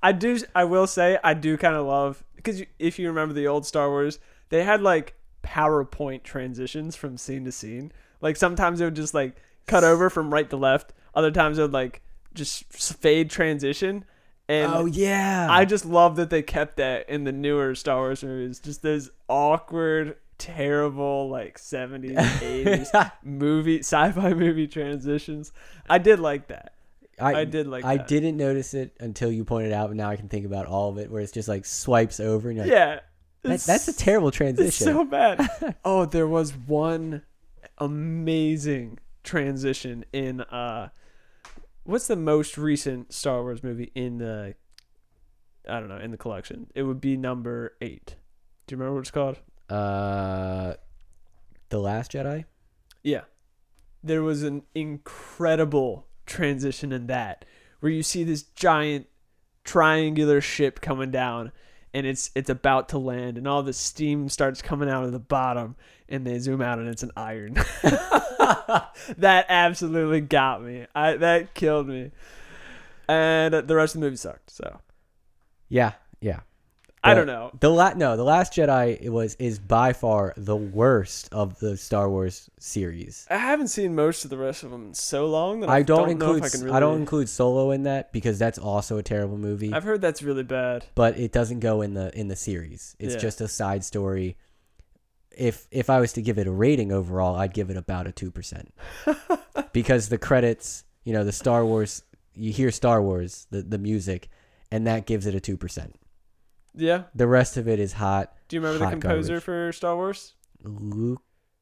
Speaker 2: I do. I will say I do kind of love because you, if you remember the old Star Wars, they had like PowerPoint transitions from scene to scene. Like sometimes it would just like cut over from right to left. Other times it would like just fade transition. And
Speaker 5: oh yeah,
Speaker 2: I just love that they kept that in the newer Star Wars movies. Just those awkward, terrible like seventies, eighties movie sci-fi movie transitions. I did like that. I did like
Speaker 5: I
Speaker 2: that.
Speaker 5: didn't notice it until you pointed out, but now I can think about all of it where it's just like swipes over and you're like,
Speaker 2: Yeah.
Speaker 5: That,
Speaker 2: It's-
Speaker 5: that's a terrible transition.
Speaker 2: It's so bad. oh, there was one amazing transition in uh what's the most recent Star Wars movie in the I don't know, in the collection. It would be number 8. Do you remember what it's called?
Speaker 5: uh, the Last Jedi.
Speaker 2: Yeah. There was an incredible transition in that where you see this giant triangular ship coming down and it's it's about to land and all the steam starts coming out of the bottom and they zoom out and it's an iron. that absolutely got me. I that killed me. And the rest of the movie sucked. So
Speaker 5: Yeah, yeah.
Speaker 2: I
Speaker 5: But
Speaker 2: don't know.
Speaker 5: The la- no, the Last Jedi it was is by far the worst of the Star Wars series.
Speaker 2: I haven't seen most of the rest of them in so long that I,
Speaker 5: I don't,
Speaker 2: know
Speaker 5: include
Speaker 2: if I
Speaker 5: I,
Speaker 2: can really.
Speaker 5: don't include Solo in that because that's also a terrible movie.
Speaker 2: I've heard that's really bad.
Speaker 5: but it doesn't go in the in the series. It's
Speaker 2: Yeah.
Speaker 5: just a side story. If if I was to give it a rating overall, I'd give it about a two percent because the credits, you know, the Star Wars, you hear Star Wars, the the music, and that gives it a two percent.
Speaker 2: Yeah.
Speaker 5: The rest of it is hot.
Speaker 2: Do you remember the
Speaker 5: Hot
Speaker 2: composer
Speaker 5: garbage.
Speaker 2: for Star Wars?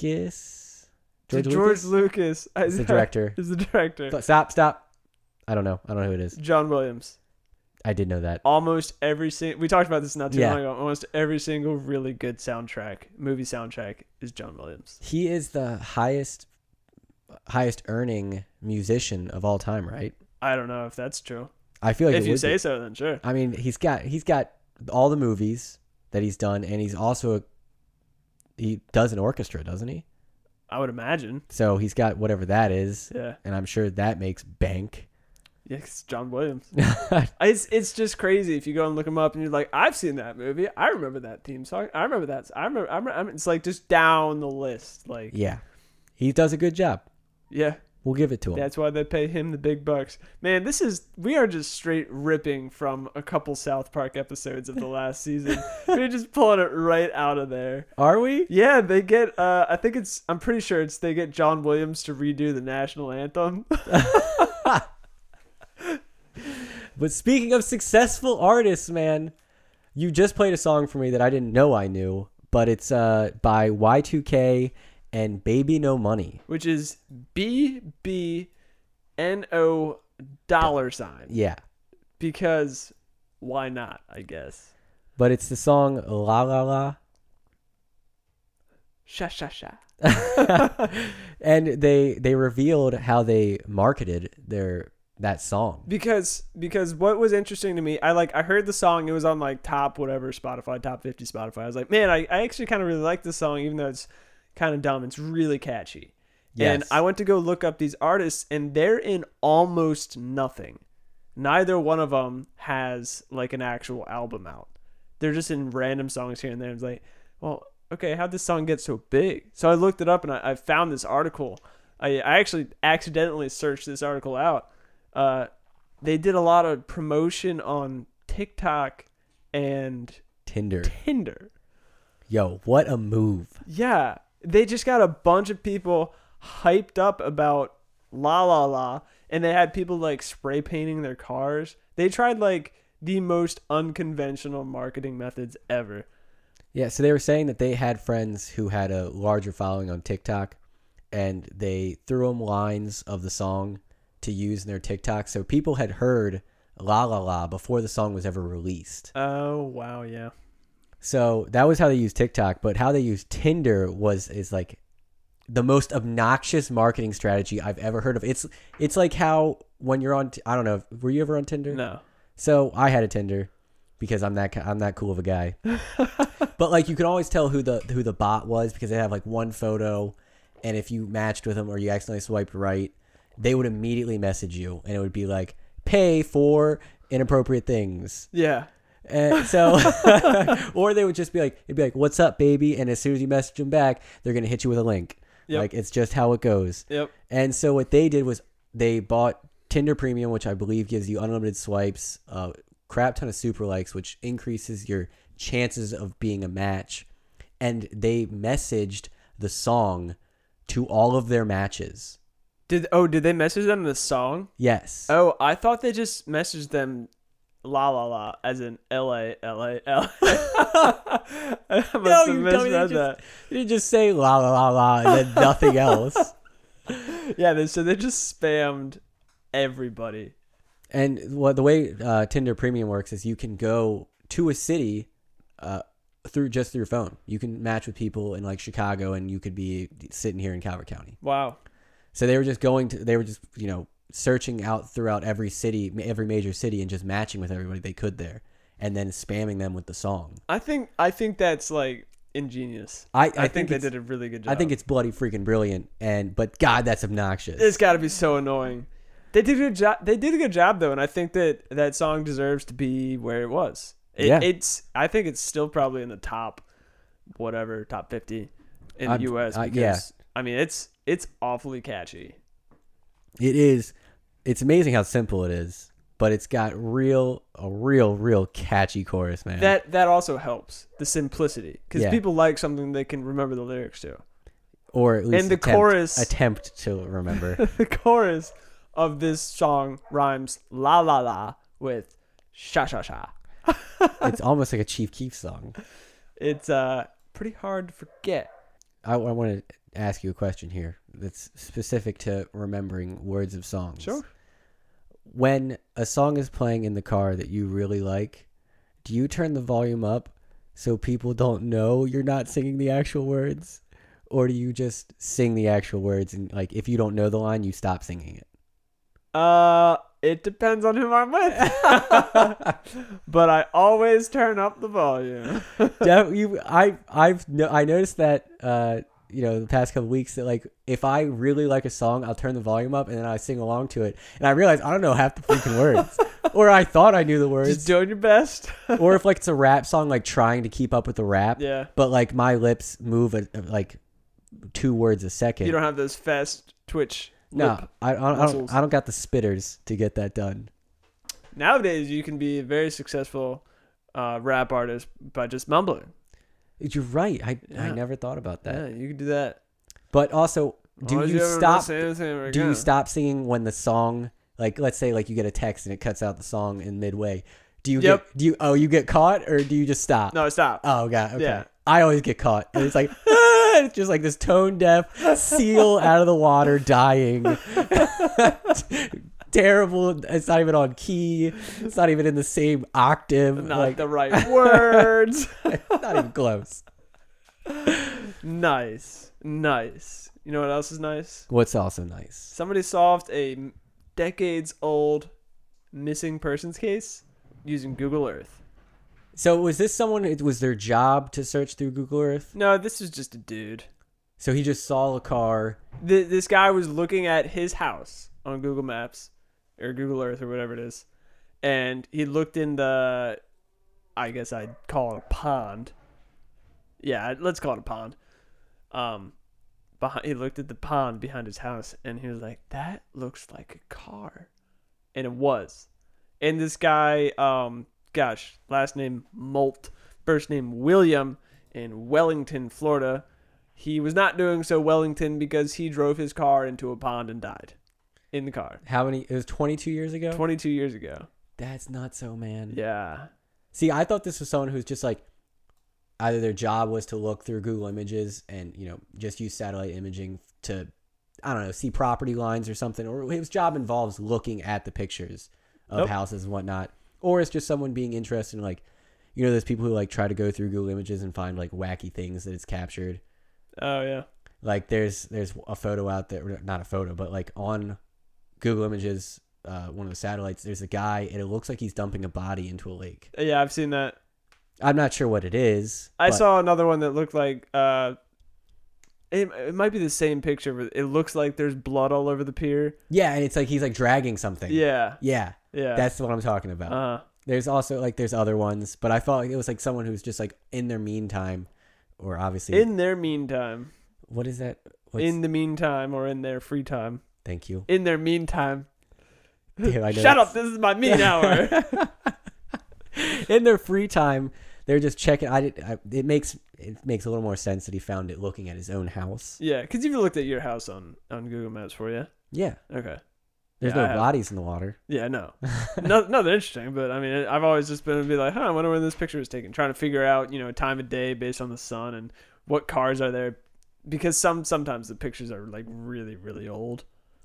Speaker 5: Lucas,
Speaker 2: George,
Speaker 5: Lucas?
Speaker 2: Lucas. I-
Speaker 5: is the director.
Speaker 2: Is the director.
Speaker 5: Th- Stop, stop. I don't know. I don't know who it is.
Speaker 2: John Williams.
Speaker 5: I did know that.
Speaker 2: Almost every single. We talked about this not too
Speaker 5: Yeah.
Speaker 2: long ago. Almost every single really good soundtrack, movie soundtrack, is John Williams.
Speaker 5: He is the highest highest earning musician of all time, right?
Speaker 2: I don't know if that's true.
Speaker 5: I feel like
Speaker 2: if
Speaker 5: it
Speaker 2: you
Speaker 5: would
Speaker 2: say
Speaker 5: be.
Speaker 2: so, then sure.
Speaker 5: I mean, he's got he's got all the movies that he's done, and he's also a, he does an orchestra, doesn't he?
Speaker 2: I would imagine.
Speaker 5: So he's got whatever that is,
Speaker 2: Yeah.
Speaker 5: and I'm sure that makes bank.
Speaker 2: Yeah, 'cause John Williams.
Speaker 5: yeah,
Speaker 2: It's it's just crazy if you go and look him up and you're like, I've seen that movie. I remember that theme song. I remember that. I remember. I'm, I'm, it's like just down the list. Like
Speaker 5: he does a good job.
Speaker 2: yeah,
Speaker 5: We'll give it to him.
Speaker 2: that's why they pay him the big bucks. Man, this is we are just straight ripping from a couple South Park episodes of the last season. We're just pulling it right out of there.
Speaker 5: Are we?
Speaker 2: Yeah, they get. Uh, I think it's. I'm pretty sure it's they get John Williams to redo the national anthem.
Speaker 5: But speaking of successful artists, man, you just played a song for me that I didn't know I knew, but it's uh by Y2K and Baby No Money.
Speaker 2: which is B B N O dollar sign
Speaker 5: Yeah.
Speaker 2: because why not? I guess.
Speaker 5: But it's the song La La La.
Speaker 2: Sha sha sha.
Speaker 5: and they they revealed how they marketed their that song.
Speaker 2: Because because what was interesting to me, I like I heard the song. It was on like top whatever Spotify, top fifty Spotify. I was like, man, I, I actually kind of really like this song, even though it's kind of dumb. It's really catchy. And
Speaker 5: Yes.
Speaker 2: I went to go look up these artists, and they're in almost nothing. Neither one of them has like an actual album out. They're just in random songs here and there. It's like, well, okay, how'd this song get so big? So I looked it up and I, I found this article. I, I actually accidentally searched this article out. Uh, they did a lot of promotion on TikTok and
Speaker 5: Tinder.
Speaker 2: Tinder.
Speaker 5: Yo, what a move.
Speaker 2: Yeah, they just got a bunch of people hyped up about La La La, and they had people like spray painting their cars. They tried like the most unconventional marketing methods ever.
Speaker 5: Yeah, so they were saying that they had friends who had a larger following on TikTok, and they threw them lines of the song to use in their TikTok. So people had heard "La La La" before the song was ever released.
Speaker 2: Oh wow, yeah.
Speaker 5: So that was how they used TikTok. But how they used Tinder was is like the most obnoxious marketing strategy I've ever heard of. It's it's like how when you're on, t- I don't know, were you ever on Tinder?
Speaker 2: No.
Speaker 5: So I had a Tinder because I'm that ki- I'm that cool of a guy. but like you can always tell who the who the bot was because they have like one photo, and if you matched with them or you accidentally swiped right, they would immediately message you and it would be like pay for inappropriate things.
Speaker 2: Yeah.
Speaker 5: And so or they would just be like it'd be like what's up baby, and as soon as you message them back, they're gonna hit you with a link.
Speaker 2: Yep.
Speaker 5: Like it's just how it goes.
Speaker 2: Yep.
Speaker 5: And so what they did was they bought Tinder Premium, which I believe gives you unlimited swipes, a crap ton of super likes, which increases your chances of being a match. And they messaged the song to all of their matches.
Speaker 2: Did oh did they message them the song?
Speaker 5: Yes.
Speaker 2: Oh, I thought they just messaged them La La La as in L A L A L. No,
Speaker 5: you dummy, they just- They didn't just say la la la la and then nothing else.
Speaker 2: Yeah, they, so they just spammed everybody.
Speaker 5: And what the way uh, Tinder Premium works is you can go to a city uh, through just through your phone. You can match with people in like Chicago, and you could be sitting here in Calvert County.
Speaker 2: Wow.
Speaker 5: So they were just going to, they were just, you know, searching out throughout every city, every major city, and just matching with everybody they could there, and then spamming them with the song.
Speaker 2: I think I think that's like ingenious.
Speaker 5: I- I
Speaker 2: think,
Speaker 5: think
Speaker 2: they
Speaker 5: it's-
Speaker 2: did a really good job.
Speaker 5: I think it's bloody freaking brilliant, and but God, that's obnoxious.
Speaker 2: it's got to be so annoying. They did a good job. They did a good job though, and I think that that song deserves to be where it was. It,
Speaker 5: Yeah.
Speaker 2: It's I think it's still probably in the top, whatever top fifty in
Speaker 5: I'm-
Speaker 2: the U.S.
Speaker 5: I- yeah.
Speaker 2: Because, I mean it's it's awfully catchy.
Speaker 5: It is. It's amazing how simple it is, but it's got real, a real, real catchy chorus, man.
Speaker 2: That that also helps the simplicity because
Speaker 5: Yeah.
Speaker 2: people like something they can remember the lyrics to.
Speaker 5: or at least
Speaker 2: and the
Speaker 5: attempt-
Speaker 2: chorus-
Speaker 5: attempt to remember.
Speaker 2: the chorus of this song rhymes la la la with sha sha sha.
Speaker 5: it's almost like a Chief Keef song.
Speaker 2: It's uh pretty hard to forget.
Speaker 5: I, I want to ask you a question here that's specific to remembering words of songs.
Speaker 2: Sure.
Speaker 5: When a song is playing in the car that you really like, do you turn the volume up so people don't know you're not singing the actual words? Or do you just sing the actual words and like if you don't know the line, you stop singing it?
Speaker 2: Uh, it depends on who I'm with. but I always turn up the volume.
Speaker 5: Def- you, I, I've, no, I noticed that, uh, you know, the past couple weeks that like if I really like a song, I'll turn the volume up and then I sing along to it, and I realize I don't know half the freaking words, or I thought I knew the
Speaker 2: Just
Speaker 5: words,
Speaker 2: doing your best.
Speaker 5: or if like it's a rap song, like trying to keep up with the rap,
Speaker 2: Yeah.
Speaker 5: but like my lips move at, at, like two words a second.
Speaker 2: You don't have those fast twitch.
Speaker 5: no,
Speaker 2: lip-
Speaker 5: I, I, don't, I
Speaker 2: muscles.
Speaker 5: don't. I don't got the spitters to get that done.
Speaker 2: Nowadays, you can be a very successful uh, rap artist by just mumbling.
Speaker 5: You're right. I I
Speaker 2: Yeah.
Speaker 5: never thought about that.
Speaker 2: Yeah, you can do that.
Speaker 5: But also, do
Speaker 2: Why is
Speaker 5: you
Speaker 2: everyone
Speaker 5: stop?
Speaker 2: saying the same
Speaker 5: do
Speaker 2: again?
Speaker 5: you stop singing when the song like let's say like you get a text and it cuts out the song in midway do you
Speaker 2: Yep.
Speaker 5: get do you oh you get caught or do you just stop
Speaker 2: No, stop.
Speaker 5: oh god okay
Speaker 2: Yeah.
Speaker 5: i always get caught and it's like it's just like this tone deaf seal out of the water dying terrible it's not even on key it's not even in the same octave
Speaker 2: Not
Speaker 5: like
Speaker 2: the right words.
Speaker 5: not even close
Speaker 2: nice. Nice. You know what else is nice?
Speaker 5: what's also nice
Speaker 2: Somebody solved a decades old missing persons case using Google Earth.
Speaker 5: so was this someone it was their job to search through google earth
Speaker 2: No, this is just a dude.
Speaker 5: so he just saw a car
Speaker 2: Th- this guy was looking at his house on Google Maps or Google Earth or whatever it is, and he looked in the, I guess I'd call it a pond. Yeah, let's call it a pond. Um, behind, he looked at the pond behind his house, and he was like, "That looks like a car," and it was. And this guy, um, gosh, last name Molt, first name William, in Wellington, Florida. He was not doing so Wellington because he drove his car into a pond and died in the car
Speaker 5: how many it was 22 years ago
Speaker 2: 22 years ago.
Speaker 5: that's not so man
Speaker 2: Yeah.
Speaker 5: see i thought this was someone who's just like either their job was to look through google images and you know just use satellite imaging to i don't know see property lines or something or his job involves looking at the pictures of
Speaker 2: Nope.
Speaker 5: houses and whatnot or it's just someone being interested in like you know those people who like try to go through google images and find like wacky things that it's captured
Speaker 2: Oh yeah.
Speaker 5: like there's there's a photo out there not a photo but like on google images uh, one of the satellites there's a guy and it looks like he's dumping a body into a lake
Speaker 2: Yeah, I've seen that.
Speaker 5: i'm not sure what it is
Speaker 2: I
Speaker 5: but
Speaker 2: saw another one that looked like uh it, it might be the same picture, but it looks like there's blood all over the pier.
Speaker 5: yeah and it's like he's like dragging something
Speaker 2: Yeah.
Speaker 5: yeah
Speaker 2: Yeah.
Speaker 5: that's what i'm talking about
Speaker 2: uh
Speaker 5: there's also like there's other ones but i thought it was like someone who's just like in their meantime or obviously
Speaker 2: in their meantime.
Speaker 5: what is that what's,
Speaker 2: in the meantime or in their free time.
Speaker 5: thank you
Speaker 2: In their meantime.
Speaker 5: Damn, I know
Speaker 2: Shut
Speaker 5: that's-
Speaker 2: up, this is my mean hour.
Speaker 5: in their free time they're just checking i did I, it makes it makes a little more sense that he found it looking at his own house
Speaker 2: yeah, cuz you've looked at your house on on Google Maps for you.
Speaker 5: yeah
Speaker 2: Okay.
Speaker 5: There's
Speaker 2: Yeah, I
Speaker 5: no
Speaker 2: have-
Speaker 5: bodies in the water.
Speaker 2: Yeah, no. no, nothing interesting, but I mean, I've always just been be like, huh, I wonder when this picture was taken. Trying to figure out, you know, time of day based on the sun and what cars are there, because some sometimes the pictures are like really, really old.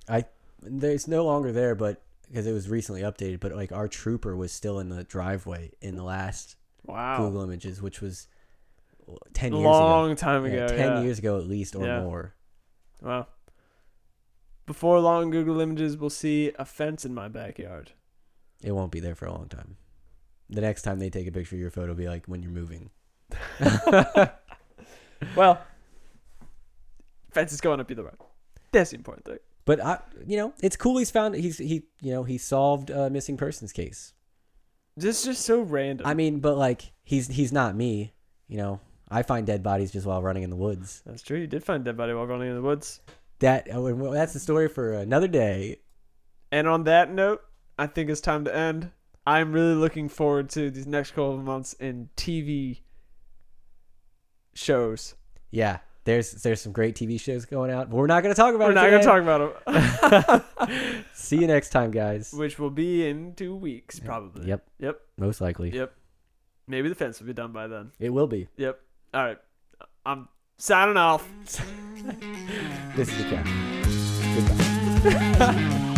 Speaker 5: I there's no longer there, but because it was recently updated. But like our trooper was still in the driveway in the last
Speaker 2: Wow,
Speaker 5: Google Images, which was ten years
Speaker 2: long time
Speaker 5: ago.
Speaker 2: ago.
Speaker 5: Yeah, ten years ago at least or
Speaker 2: Yeah.
Speaker 5: more.
Speaker 2: Wow. Before long, Google Images will see a fence in my backyard.
Speaker 5: It won't be there for a long time. The next time they take a picture of your photo, will be like when you're moving. That's
Speaker 2: Well, fence is going up either way. That's the important thing.
Speaker 5: But I, you know, it's cool. He's found he's he, you know, he solved a missing persons case.
Speaker 2: This is just so random.
Speaker 5: I mean, but like he's he's not me. You know, I find dead bodies just while running in the woods.
Speaker 2: That's true. You did find a dead body while running in the woods.
Speaker 5: That oh, and well, that's the story for another day.
Speaker 2: And on that note, I think it's time to end. I'm really looking forward to these next couple of months in TV shows.
Speaker 5: Yeah, there's there's some great TV shows going out. But we're not gonna talk about.
Speaker 2: We're
Speaker 5: it
Speaker 2: not going to
Speaker 5: today.
Speaker 2: talk about them.
Speaker 5: See you next time, guys.
Speaker 2: Which will be in two weeks, probably.
Speaker 5: Yep,
Speaker 2: Yep.
Speaker 5: most likely.
Speaker 2: Yep. Maybe the fence will be done by then.
Speaker 5: It will be.
Speaker 2: Yep. All right. I'm signing off.
Speaker 5: This is the cat. Goodbye.